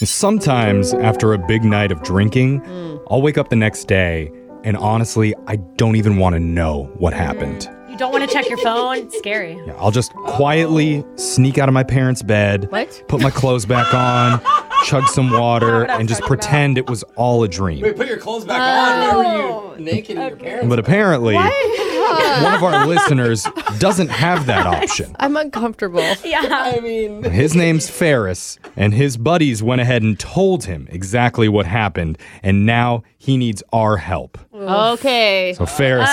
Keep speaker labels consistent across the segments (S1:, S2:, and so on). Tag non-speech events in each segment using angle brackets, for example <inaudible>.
S1: And sometimes after a big night of drinking, I'll wake up the next day and honestly, I don't even want to know what happened.
S2: You don't want to check your phone.
S3: <laughs>
S2: It's scary.
S1: Yeah, I'll just quietly sneak out of my parents' bed,
S2: What?
S1: put my clothes back on, chug some water, and just pretend it was all a dream.
S4: Wait, put your clothes back on.
S3: Oh.
S4: Why were you naked in your parents?
S1: But apparently, one of our listeners doesn't have that option.
S3: I'm uncomfortable.
S2: Yeah.
S4: I mean,
S1: His name's Ferris, and his buddies went ahead and told him exactly what happened, and now he needs our help.
S3: okay.
S1: So Ferris,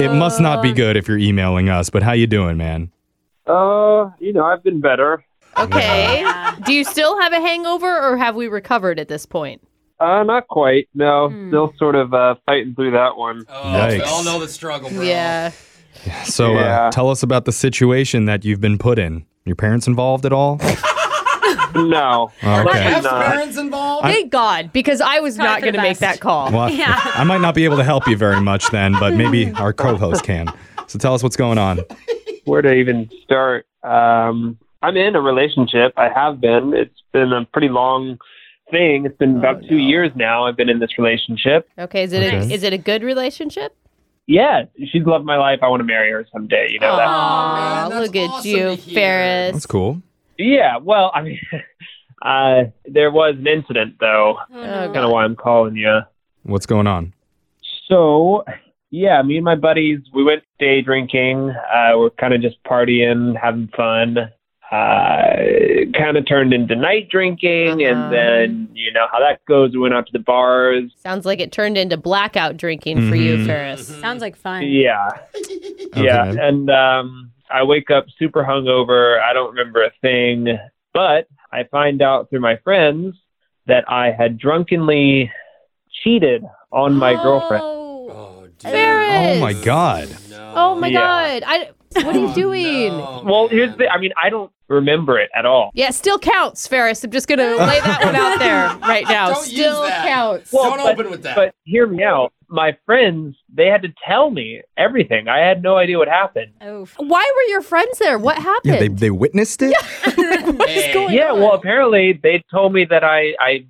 S1: it must not be good if you're emailing us, but how you doing, man?
S5: Uh, you know, I've been better.
S3: Okay. Do you <laughs> still have a hangover or have we recovered at this point?
S5: Uh, not quite. No, still sort of uh, fighting through that one.
S4: oh, we
S1: Yikes.
S4: all know the struggle, bro.
S3: Yeah.
S1: So uh,
S5: Yeah.
S1: tell us about the situation that you've been put in. Your parents involved at all?
S5: No,
S1: Okay.
S4: Have
S5: Nah.
S4: parents involved?
S3: Thank God, because I was
S2: Probably
S3: not
S2: for the
S3: going to make
S2: best.
S3: that call.
S1: Well, I might not be able to help you very much then, but maybe our co-host can. So tell us what's going on.
S5: where to even start? Um, I'm in a relationship. I have been. It's been a pretty long thing. It's been about two years now. I've been in this relationship.
S3: Okay. Is it a,
S1: Okay.
S3: is it a good relationship?
S5: Yeah, she's loved my life. I want to marry her someday. You know that.
S3: Aw,
S4: man, that's
S3: look at
S4: awesome to
S3: you,
S4: hear.
S3: Ferris.
S1: That's cool.
S5: Yeah. Well, I mean, <laughs> uh, there was an incident though.
S3: Oh,
S5: Kind of why I'm calling you.
S1: What's going on?
S5: So, yeah, me and my buddies, we went day drinking. Uh, we're kind of just partying, having fun. Uh, it kind of turned into night drinking,
S3: Uh-huh.
S5: and then you know how that goes. We went out to the bars.
S3: Sounds like it turned into blackout drinking for
S5: Mm-hmm.
S3: you, Ferris.
S2: Sounds like fun.
S5: Yeah, yeah,
S1: Okay.
S5: and um, I wake up super hungover. I don't remember a thing, but I find out through my friends that I had drunkenly cheated on my girlfriend.
S3: Oh,
S4: Oh, dude.
S3: Ferris.
S1: Oh my god.
S4: No.
S3: Oh my
S5: Yeah.
S3: God. I, what are you
S4: Oh,
S3: doing?
S4: no,
S5: Well, here's
S4: man.
S5: the. I mean, I don't remember it at all.
S3: Yeah, still counts, Ferris. I'm just going to lay that one out there right now.
S4: Don't use
S3: still
S4: that.
S3: counts.
S5: Well,
S4: Don't
S5: but-
S4: open with that.
S5: But hear me out. My friends, they had to tell me everything. I had no idea what happened.
S2: Oh.
S3: Why were your friends there? What happened?
S1: Yeah, they, they witnessed it?
S4: Hey.
S3: going-
S5: yeah,
S3: God.
S5: well, apparently they told me that I, I,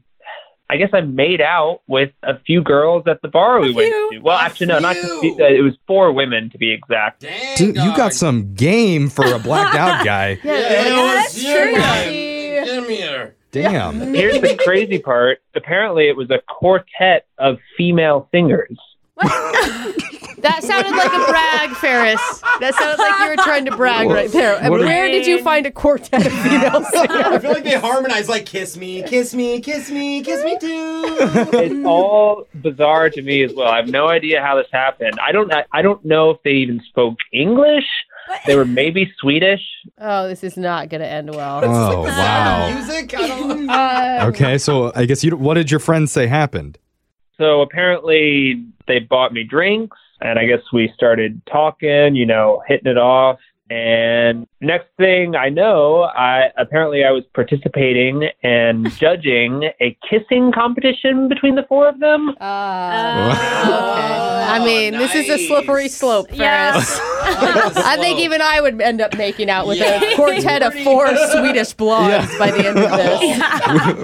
S5: I guess I made out with a few girls at the bar we went
S2: few.
S5: to. Well,
S4: A
S5: actually, no, not just a few,
S4: few.
S5: uh, it was four women to be exact.
S4: Dang,
S1: Dude, you
S4: dog.
S1: got some game for a blacked out guy.
S3: Yeah,
S4: Yeah,
S3: they're
S4: it
S3: like, "Ah,
S4: was
S3: "That's
S4: you,
S3: true,
S4: man.
S3: Daddy."
S4: Give me her.
S1: Damn.
S5: Here's the crazy part. Apparently, it was a quartet of female singers.
S3: That sounded like a brag, Ferris. That sounded like you were trying to brag
S1: What-
S3: right there. And
S1: what a-
S3: where did you find a quartet of female <laughs>
S4: I
S3: singers?
S4: feel like they harmonize like "Kiss me, kiss me, kiss me, kiss me
S5: <laughs>
S4: too." <laughs>
S5: It's all bizarre to me as well. I have no idea how this happened. I don't. I, I don't know if they even spoke English. They were maybe Swedish.
S3: Oh, this is not going to end well.
S1: Oh wow.
S4: Music. I don't.
S3: Uh,
S1: Okay, so I guess you what did your friends say happened?
S5: So apparently they bought me drinks and I guess we started talking, you know, hitting it off. And next thing I know, I apparently I was participating and <laughs> judging a kissing competition between the four of them.
S3: uh, okay.
S2: Uh,
S3: I mean, this is a slippery
S4: Oh, nice.
S3: slope, Ferris.
S2: Yeah.
S3: <laughs> I think even I would end up making out with
S4: Yeah.
S3: a quartet of
S4: <laughs>
S3: four Swedish blondes by the end of this.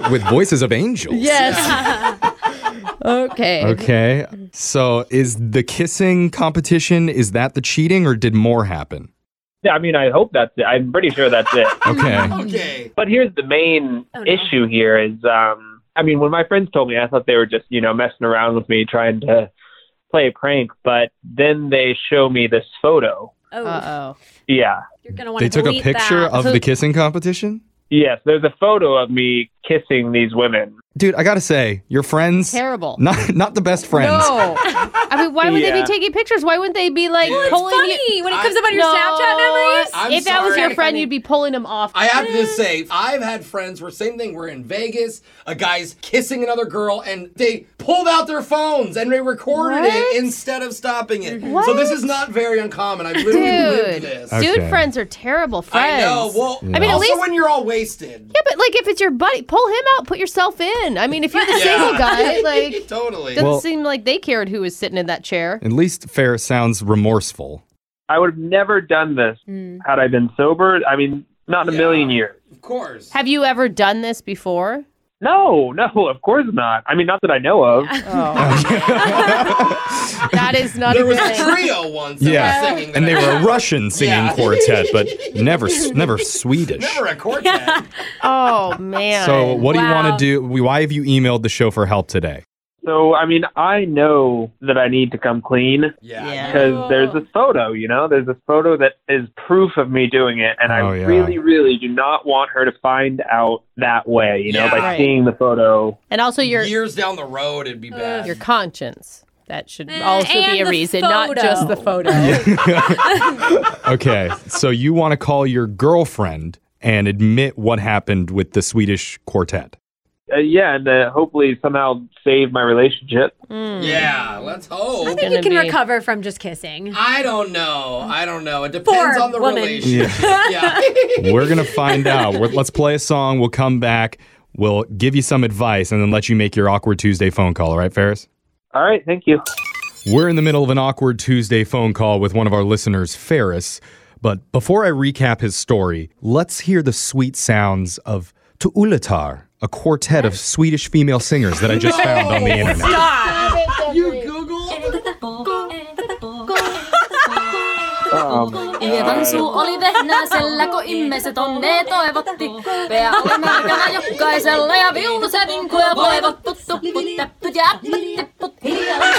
S1: with, with voices of angels.
S3: Yes. okay.
S1: Okay. So is the kissing competition is that the cheating or did more happen?
S5: I mean, I hope that's it. I'm pretty sure
S2: <laughs>
S5: that's it.
S1: Okay.
S4: okay.
S5: But here's the main
S2: Oh, no.
S5: issue here is um I mean, when my friends told me, I thought they were just, you know, messing around with me trying to play a prank, but then they show me this photo.
S2: Oh,
S3: Uh oh.
S5: Yeah.
S2: you're gonna want
S1: They took a picture of
S2: <laughs>
S1: the kissing competition?
S5: Yes, there's a photo of me kissing these women.
S1: Dude, I got to say, your friends
S3: Terrible.
S1: not not the best friends.
S3: No. <laughs> I mean, why would they
S5: Yeah.
S3: be taking pictures? Why wouldn't they be like pulling you-
S2: Funny when it comes
S4: I-
S2: up on your
S3: No.
S2: Snapchat memories.
S4: I'm
S3: if that was
S4: sorry.
S3: your friend, you'd be pulling them off.
S4: I have to say, I've had friends where same thing. We're in Vegas, a guy's kissing another girl, and they pulled out their phones and they recorded
S3: What?
S4: it instead of stopping it. So this is not very uncommon. I've literally lived
S3: Dude,
S4: this.
S1: Okay.
S3: dude, friends are terrible
S4: I
S3: friends.
S4: know. Well,
S1: I mean,
S3: at
S4: also
S3: least-
S4: when you're all wasted.
S3: yeah, but like if it's your buddy, pull him out, put yourself in. I mean, if you're the
S4: Yeah.
S3: single
S4: <laughs>
S3: guy, like
S4: Totally.
S3: doesn't
S1: Well-
S3: seem like they cared who was sitting in that chair.
S1: At least Ferris sounds remorseful.
S5: I would have never done this had I been sober. I mean, not in a
S4: Hmm. Yeah.
S5: million years.
S4: of course. <laughs>
S3: Have you ever done this before?
S5: No, no, of course not. I mean, not that I know of.
S4: <laughs>
S3: Oh, That is not
S4: There
S3: a
S4: was a
S3: thing.
S4: trio once that
S1: Yeah.
S4: was singing.
S1: and they
S4: <laughs>
S1: were a
S4: that.
S1: Russian singing
S4: Yeah.
S1: quartet, but never never Swedish.
S4: Never a quartet. <laughs>
S3: Oh man.
S1: So what do you
S2: Wow.
S1: want to do? Why have you emailed the show for help today?
S5: So, I mean, I know that I need to come clean
S4: Yeah.
S3: Yeah.
S5: because there's this photo, you know? There's this photo that is proof of me doing it. And
S1: Oh,
S5: I
S1: yeah.
S5: really, really do not want her to find out that way, you know,
S4: Yeah.
S5: by
S3: Right.
S5: seeing the photo.
S3: and also your
S4: Years down the road, it'd be bad.
S3: your conscience. That should
S2: Eh,
S3: also be
S2: and
S3: a
S2: the
S3: reason, not
S2: photo.
S3: just the photo.
S1: <laughs> Okay, so you want to call your girlfriend and admit what happened with the Swedish quartet.
S5: Uh, yeah, and uh, hopefully somehow save my relationship.
S4: Mm. yeah, let's
S2: I
S4: hope.
S2: think you
S3: gonna
S2: can
S3: be-
S2: recover from just kissing.
S4: I don't know. I don't know. It depends
S2: Poor
S4: on the
S2: woman.
S4: relationship. <laughs> Yeah.
S1: We're gonna find out. We're- let's play a song. We'll come back. We'll give you some advice and then let you make your awkward Tuesday phone call. All right, Ferris.
S5: All right, thank you.
S1: We're in the middle of an awkward Tuesday phone call with one of our listeners, Ferris. But before I recap his story, let's hear the sweet sounds of Tuulatar, a quartet of Swedish female singers that I just found on the internet.
S4: you Google.
S5: Um,
S6: Vietan suu oli vehnää, sellä kun immeset on, ne toivotti. Pää oli märkänä jokaisella ja viulu se vinkui ja voivot put tupput täppyt ja äppät tipput hiljalleen.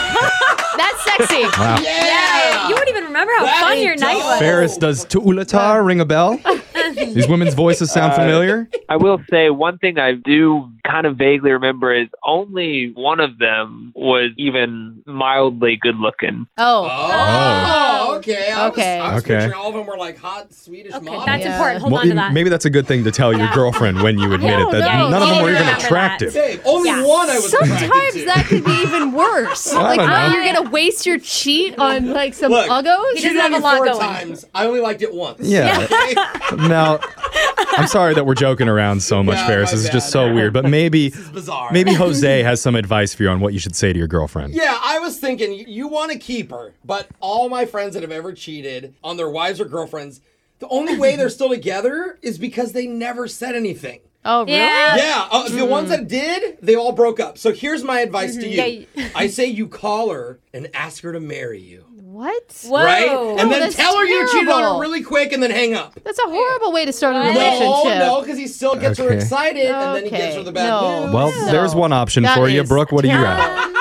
S3: That's sexy. Oh.
S4: Yeah.
S2: You wouldn't even remember how
S4: That
S2: fun
S4: ain't
S2: your night
S4: dope.
S2: was.
S1: Ferris, does Tuulatar ring a bell? These women's voices sound familiar?
S5: I will say one thing I do kind of vaguely remember is only one of them was even mildly good looking.
S3: Oh.
S4: Oh, okay. I was,
S3: Okay.
S4: I was
S1: Okay.
S4: picturing all of them were like hot Swedish
S2: Okay,
S4: models.
S2: that's
S3: Yeah.
S2: important. Hold
S1: Well,
S2: on to
S1: it-
S2: that.
S1: maybe that's a good thing to tell your girlfriend when you admit it
S3: don't
S1: that
S3: know.
S1: none of
S3: She
S1: them were even
S2: remember that.
S1: attractive.
S4: Dave, only
S2: Yeah.
S4: one I was attracted
S3: Sometimes
S4: to.
S3: that could be even worse.
S1: I
S3: like
S1: don't know.
S3: you're gonna waste your cheat on like some
S4: Look,
S3: uggos.
S4: She
S2: doesn't
S4: did
S2: have
S4: it
S2: a lot
S4: four
S2: going.
S4: times. I only liked it once.
S1: Yeah.
S2: <laughs>
S4: Okay?
S1: Now, I'm sorry that we're joking around so much,
S4: Yeah,
S1: Ferris.
S4: my
S1: This is just
S4: bad.
S1: so weird. But maybe
S4: Bizarre.
S1: Maybe Jose has some advice for you on what you should say to your girlfriend.
S4: Yeah, I was thinking y- you want to keep her, but all my friends that have ever cheated on their wives or girlfriends, the only way they're still together is because they never said anything.
S3: Oh really?
S2: Yeah.
S4: Yeah, uh, the
S1: Mm-hmm.
S4: ones that did, they all broke up. So here's my advice to you.
S2: Mm-hmm. Yeah,
S4: <laughs> I say you call her and ask her to marry you,
S3: What?
S2: Whoa.
S4: right? and then
S3: Oh, that's
S4: tell her you cheated on her
S3: terrible.
S4: really quick and then hang up.
S3: That's a horrible way to start a
S2: No,
S3: relationship.
S4: No, no, because he still gets her
S1: Okay.
S4: excited and then he gives
S3: Okay,
S4: her the bad
S3: no.
S4: news.
S1: Well,
S3: Yeah.
S1: there's one option
S3: That
S1: for you,
S3: is
S1: Brooke. What do you have?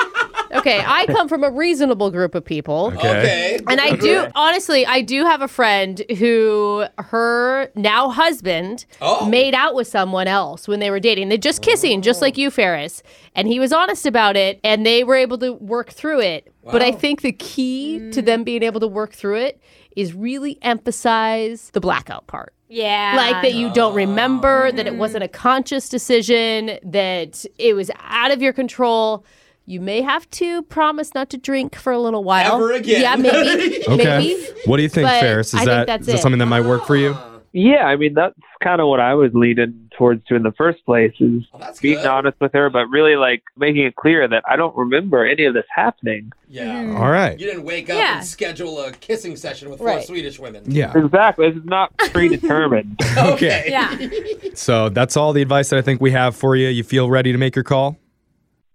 S3: Okay, I come from a reasonable group of people.
S4: okay.
S3: <laughs> And I do honestly, I do have a friend who her now husband
S4: Oh.
S3: made out with someone else when they were dating. They're just kissing, just like you, Ferris. And he was honest about it, and they were able to work through it. But I
S4: Wow.
S3: think the key to them being able to work through it is really emphasize the blackout part.
S2: Yeah.
S3: Like that you don't remember, that it wasn't a conscious decision, that it was out of your control. You may have to promise not to drink for a little while.
S4: Ever again.
S3: Yeah,
S4: <laughs>
S3: maybe.
S1: Okay.
S3: Maybe.
S1: What do you think,
S3: But
S1: Ferris? Is
S3: I think
S1: that
S3: that's
S1: is that
S3: it.
S1: something that might work for you?
S4: Ah,
S5: Yeah, I mean that's kind of what I was leading towards to in the first place is
S4: Well, that's
S5: being
S4: good.
S5: honest with her, but really like making it clear that I don't remember any of this happening.
S4: Yeah.
S3: Mm-hmm.
S1: All right.
S4: You didn't wake up
S2: Yeah.
S4: and schedule a kissing session with four
S3: Right.
S4: Swedish women. <laughs>
S1: Yeah.
S5: Exactly, this is not predetermined.
S1: Okay.
S2: Yeah.
S1: So that's all the advice that I think we have for you. You feel ready to make your call?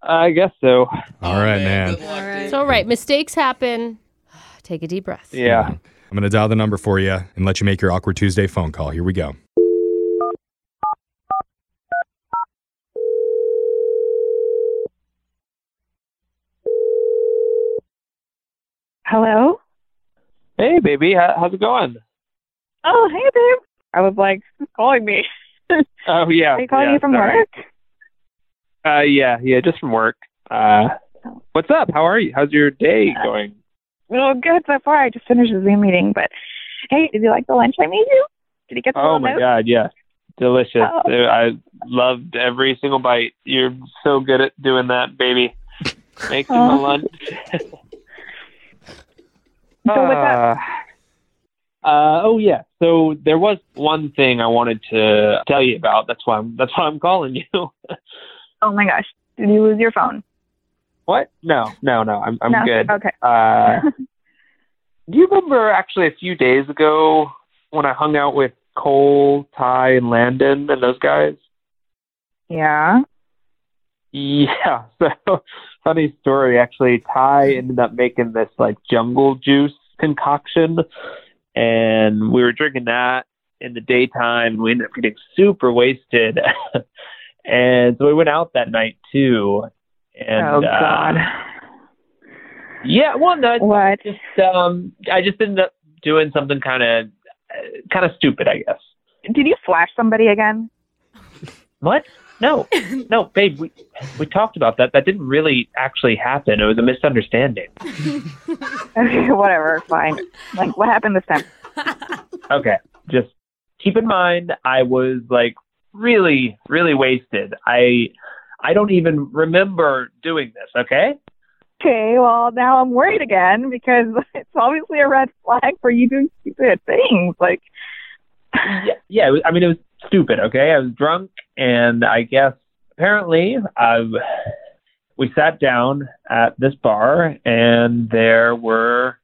S5: I guess so.
S4: Oh,
S1: All right, man.
S4: Good luck, dude.
S3: It's
S4: <laughs>
S3: all right. Mistakes happen. <sighs> Take a deep breath.
S5: Yeah.
S1: Mm-hmm. I'm going to dial the number for you and let you make your awkward Tuesday phone call. Here we go.
S7: Hello?
S5: Hey, baby, how, how's it going?
S7: Oh, hey, babe. I was like, who's calling me?
S5: Oh yeah.
S7: Are you calling
S5: yeah,
S7: me from
S5: sorry.
S7: work?
S5: Uh, yeah, yeah, just from work. Uh,
S7: Oh.
S5: what's up? How are you? How's your day
S7: Uh,
S5: going?
S7: Well, good so far. I just finished a Zoom meeting, but hey, did you like the lunch I made you? Did you get the
S5: Oh
S7: little
S5: my
S7: note?
S5: god, yeah, delicious.
S7: Oh.
S5: Uh, I loved every single bite. You're so good at doing that, baby. Making the
S7: Oh.
S5: lunch.
S7: <laughs> So what's up?
S5: Uh, Ah. uh, oh yeah. So there was one thing I wanted to tell you about. That's why I'm. That's why I'm calling you. <laughs>
S7: Oh my gosh. Did you lose your phone?
S5: what? No, no, no. I'm. I'm
S7: no? <laughs>
S5: good.
S7: Okay.
S5: Uh, do you remember actually a few days ago when I hung out with Cole, Ty, and Landon and those guys?
S7: Yeah.
S5: Yeah. <laughs> So funny story. Actually, Ty ended up making this like jungle juice concoction, and we were drinking that in the daytime. and We ended up getting super wasted, <laughs> and so we went out that night too. And
S7: oh
S5: <laughs>
S7: God. Oh.
S5: Uh, yeah. Well, no, it's
S7: what?
S5: just um, I just ended up doing something kind of uh, kind of stupid, I guess.
S7: Did you flash somebody again? <laughs>
S5: What? No, no, babe. We we talked about that. That didn't really actually happen. It was a misunderstanding.
S7: Okay, whatever, fine. Like what happened this time?
S5: Okay, just keep in mind, I was like really, really wasted. I I don't even remember doing this. Okay.
S7: Okay, well now I'm worried again because <laughs> it's obviously a red flag for you doing stupid things. Like
S5: Yeah. Yeah. It was, I mean, it was stupid. Okay. I was drunk, and I guess apparently I. We sat down at this bar, and there were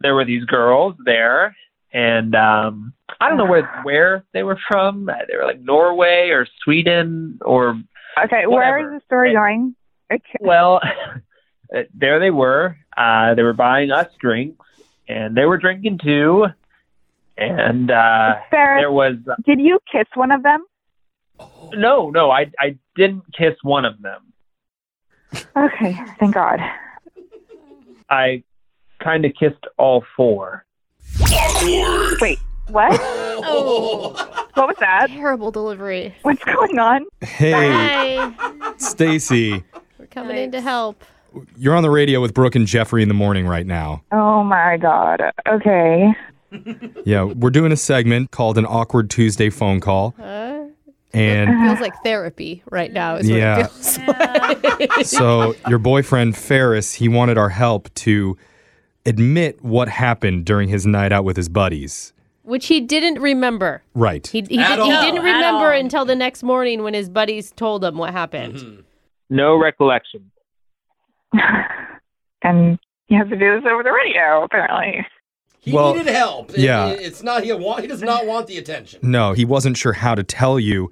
S5: there were these girls there, and um, I don't know where where they were from. They were like Norway or Sweden or
S7: okay,
S5: Whatever.
S7: where is the story
S5: It-
S7: going? Okay.
S5: well, <laughs> uh, there they were. Uh, they were buying us drinks, and they were drinking too. And uh,
S7: Sarah,
S5: there was
S7: did you kiss one of them?
S5: no, no. I I didn't kiss one of them.
S7: Okay, thank God.
S5: I kind of kissed all four.
S7: Wait, what?
S3: Oh.
S7: What was that?
S3: Terrible delivery.
S7: What's going on?
S1: Hey,
S3: Hi.
S1: Stacy,
S3: We're coming in to help.
S1: you're on the radio with Brooke and Jeffrey in the morning right now.
S7: Oh my God. Okay. <laughs>
S1: Yeah, we're doing a segment called an awkward Tuesday phone call,
S3: Uh, <laughs>
S1: and
S3: feels like therapy right now. Is what
S1: Yeah.
S3: it feels like.
S1: <laughs> so your boyfriend Ferris, he wanted our help to admit what happened during his night out with his buddies.
S3: Which he didn't remember.
S1: Right.
S3: He, he,
S4: At
S3: did, he
S4: all.
S3: didn't
S2: At
S3: remember
S2: all.
S3: until the next morning when his buddies told him what happened.
S4: Mm-hmm.
S5: No recollection.
S7: and you have to do this over the radio, apparently.
S4: He
S1: Well,
S4: needed help. It-
S1: yeah.
S4: it- it's not he want. He does not want the
S1: <laughs>
S4: attention.
S1: No, he wasn't sure how to tell you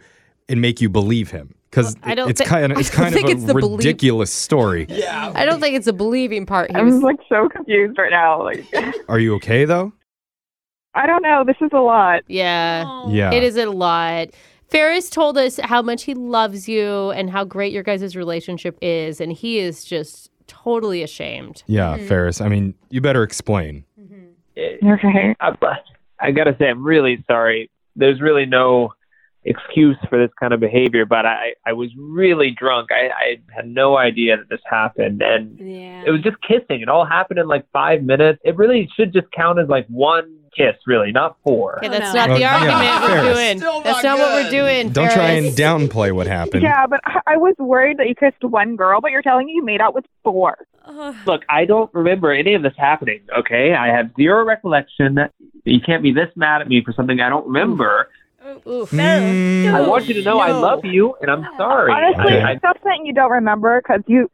S1: and make you believe him because
S3: I don't
S1: it's
S3: thi-
S1: kind
S3: <laughs>
S1: of
S3: I
S1: it's
S3: don't
S1: kind of
S3: think
S1: a
S3: it's the belief-
S1: ridiculous story.
S4: Yeah.
S3: I don't think it's the believing part. He
S7: I'm
S3: was,
S7: like so confused right now. Like, <laughs>
S1: Are you okay though?
S7: I don't know. This is a lot.
S3: yeah,
S1: Yeah.
S3: it is a lot. Ferris told us how much he loves you and how great your guys' relationship is, and he is just totally ashamed.
S1: Yeah, Ferris. I mean, you better explain.
S7: Okay.
S5: Eh, I, I gotta say, I'm really sorry. There's really no excuse for this kind of behavior, but I I was really drunk. I, I had no idea that this happened, and
S2: Yeah.
S5: It was just kissing. It all happened in like five minutes. It really should just count as like one kiss, really, not four.
S3: Okay,
S2: Oh,
S3: that's
S2: no.
S3: not the
S1: Well, yeah,
S3: argument we're
S1: Ferris.
S3: doing.
S4: Still
S3: that's not
S4: not
S3: what we're
S4: good.
S3: doing.
S1: Don't try and
S3: Ferris.
S1: downplay what happened.
S7: Yeah, but I- I was worried that you kissed one girl, but you're telling me you made out with four.
S5: Look, I don't remember any of this happening. Okay, I have zero recollection. You can't be this mad at me for something I don't remember.
S3: Oof.
S1: Mm,
S3: Oh,
S5: I want you to know I
S2: no.
S5: love you, and I'm sorry.
S7: Honestly,
S1: Okay.
S5: I,
S7: stop saying you don't remember because you,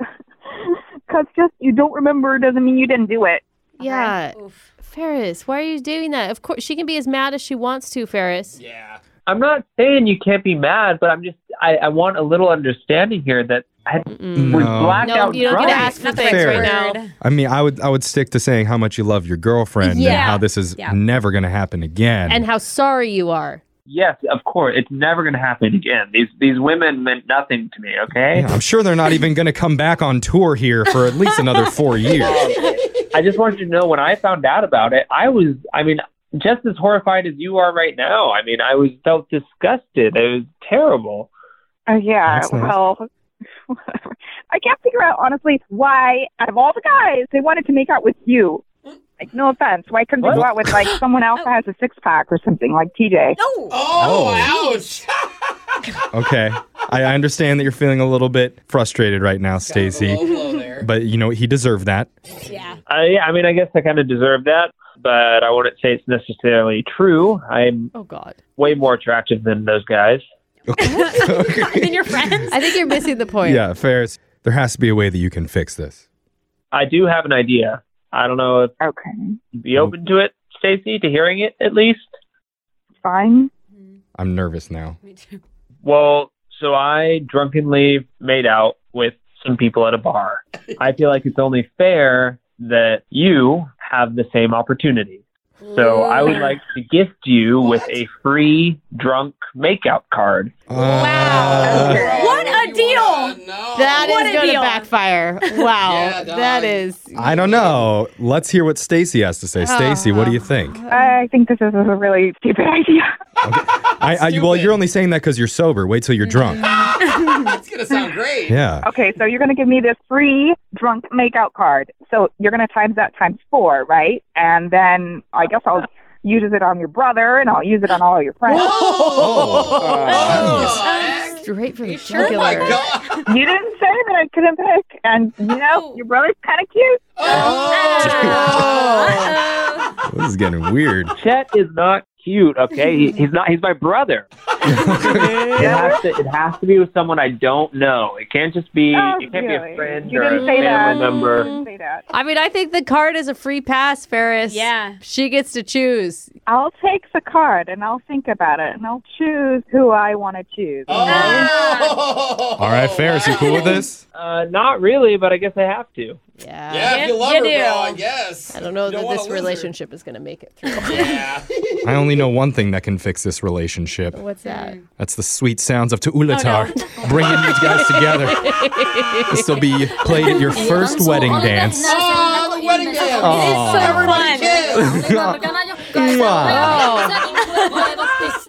S7: <laughs> because just you don't remember doesn't mean you didn't do it.
S3: Yeah, Ferris, why are you doing that? Of course, she can be as mad as she wants to, Ferris.
S4: Yeah.
S5: I'm not saying you can't be mad, but I'm just I, I want a little understanding here that I
S3: Mm-mm.
S5: was
S1: No.
S5: blacked
S3: No,
S5: out
S3: you don't get
S5: drunk.
S3: to ask for
S2: Not
S3: things
S1: Fair.
S3: right now.
S1: I mean, I would I would stick to saying how much you love your girlfriend and
S2: Yeah.
S1: how this is
S2: Yeah.
S1: never going to happen again.
S3: and how sorry you are.
S5: Yes, of course. It's never going to happen again. These these women meant nothing to me. Okay.
S1: Yeah, I'm sure they're not even going to come back on tour here for at least another
S3: <laughs>
S1: four years.
S5: Um, I just wanted you to know when I found out about it, I was, I mean, just as horrified as you are right now. I mean, I was felt disgusted. It was terrible.
S7: Uh, yeah,
S1: That's nice.
S7: well, <laughs> I can't figure out honestly why out of all the guys they wanted to make out with you. Like, no offense, why couldn't they go
S5: What?
S7: out
S1: <laughs>
S7: with like someone else that has a six pack or something like TJ?
S2: No.
S4: Oh, ouch. <laughs>
S1: Okay, I I understand that you're feeling a little bit frustrated right now, Stacy.
S4: Low blow there.
S1: But you know he deserved that.
S2: Yeah.
S5: I, yeah, I mean, I guess I kind of deserved that, but I wouldn't say it's necessarily true. I'm
S3: Oh God.
S5: way more attractive than those guys.
S1: <laughs>
S2: and
S3: <laughs>
S2: your friends?
S3: I think you're missing the point.
S1: Yeah, Ferris, there has to be a way that you can fix this.
S5: I do have an idea. I don't know if
S7: Okay,
S5: you'd be open to it, Stacy, to hearing it at least.
S7: fine.
S1: I'm nervous now.
S2: Me too.
S5: Well, so I drunkenly made out with some people at a
S7: <laughs>
S5: bar. I feel like it's only fair that you have the same opportunity. So I would like to gift you with a free drunk makeout card.
S3: Uh,
S1: Wow.
S2: What a deal!
S4: No.
S3: That
S2: What
S3: is
S2: a
S4: <laughs>
S3: going to
S2: deal.
S3: backfire. Wow.
S4: Yeah,
S3: that
S4: dog.
S3: is.
S1: I don't know. Let's hear what Stacy has to say. Stacy, what do you
S3: <laughs>
S1: think?
S3: Uh,
S7: I think this is a really stupid <laughs> idea.
S1: I, I, well,
S4: stupid.
S1: you're only saying that because you're sober. Wait till you're drunk.
S4: That's gonna sound great.
S1: Yeah.
S7: Okay, so you're going to give me this free drunk makeout card. So you're going to times that times four, right? And then I guess I'll use it on your brother and I'll use it on all your friends.
S4: Oh,
S3: Straight from the
S2: sure?
S4: oh my
S3: jugular.
S4: god.
S7: You didn't say that I couldn't pick. And, you know, your brother's kind of cute.
S4: Oh.
S1: This is getting weird.
S5: Chet is not cute, okay? He, he's not. He's my
S7: <laughs>
S5: brother. it has to. It has to be with someone I don't know. It can't just be.
S7: Oh,
S5: it can't be
S7: really?
S5: a friend
S7: You
S5: or a
S7: didn't say
S5: family
S7: that.
S5: member.
S7: Say that.
S3: I mean, I think the card is a free pass, Ferris.
S2: Yeah.
S3: She gets to choose.
S7: I'll take the card and I'll think about it and I'll choose who I want to choose.
S4: Oh.
S1: All right, Ferris, you cool with this?
S5: Uh, not really, but I guess I have to.
S3: Yeah.
S4: Yeah, if you
S2: You-
S4: love
S2: you
S4: her,
S2: do.
S4: bro, I guess.
S3: I don't know
S4: You
S3: that
S4: wanna
S3: this
S4: lose her.
S3: relationship is going to make it through.
S4: Yeah.
S1: I only know one thing that can fix this relationship.
S3: What's that?
S1: That's the sweet sounds of Tuulatar bringing you guys together. This will be played at your first wedding dance.
S4: oh, the wedding dance.
S1: Aw.
S4: Everybody kiss.
S1: Mwah.
S6: Oh.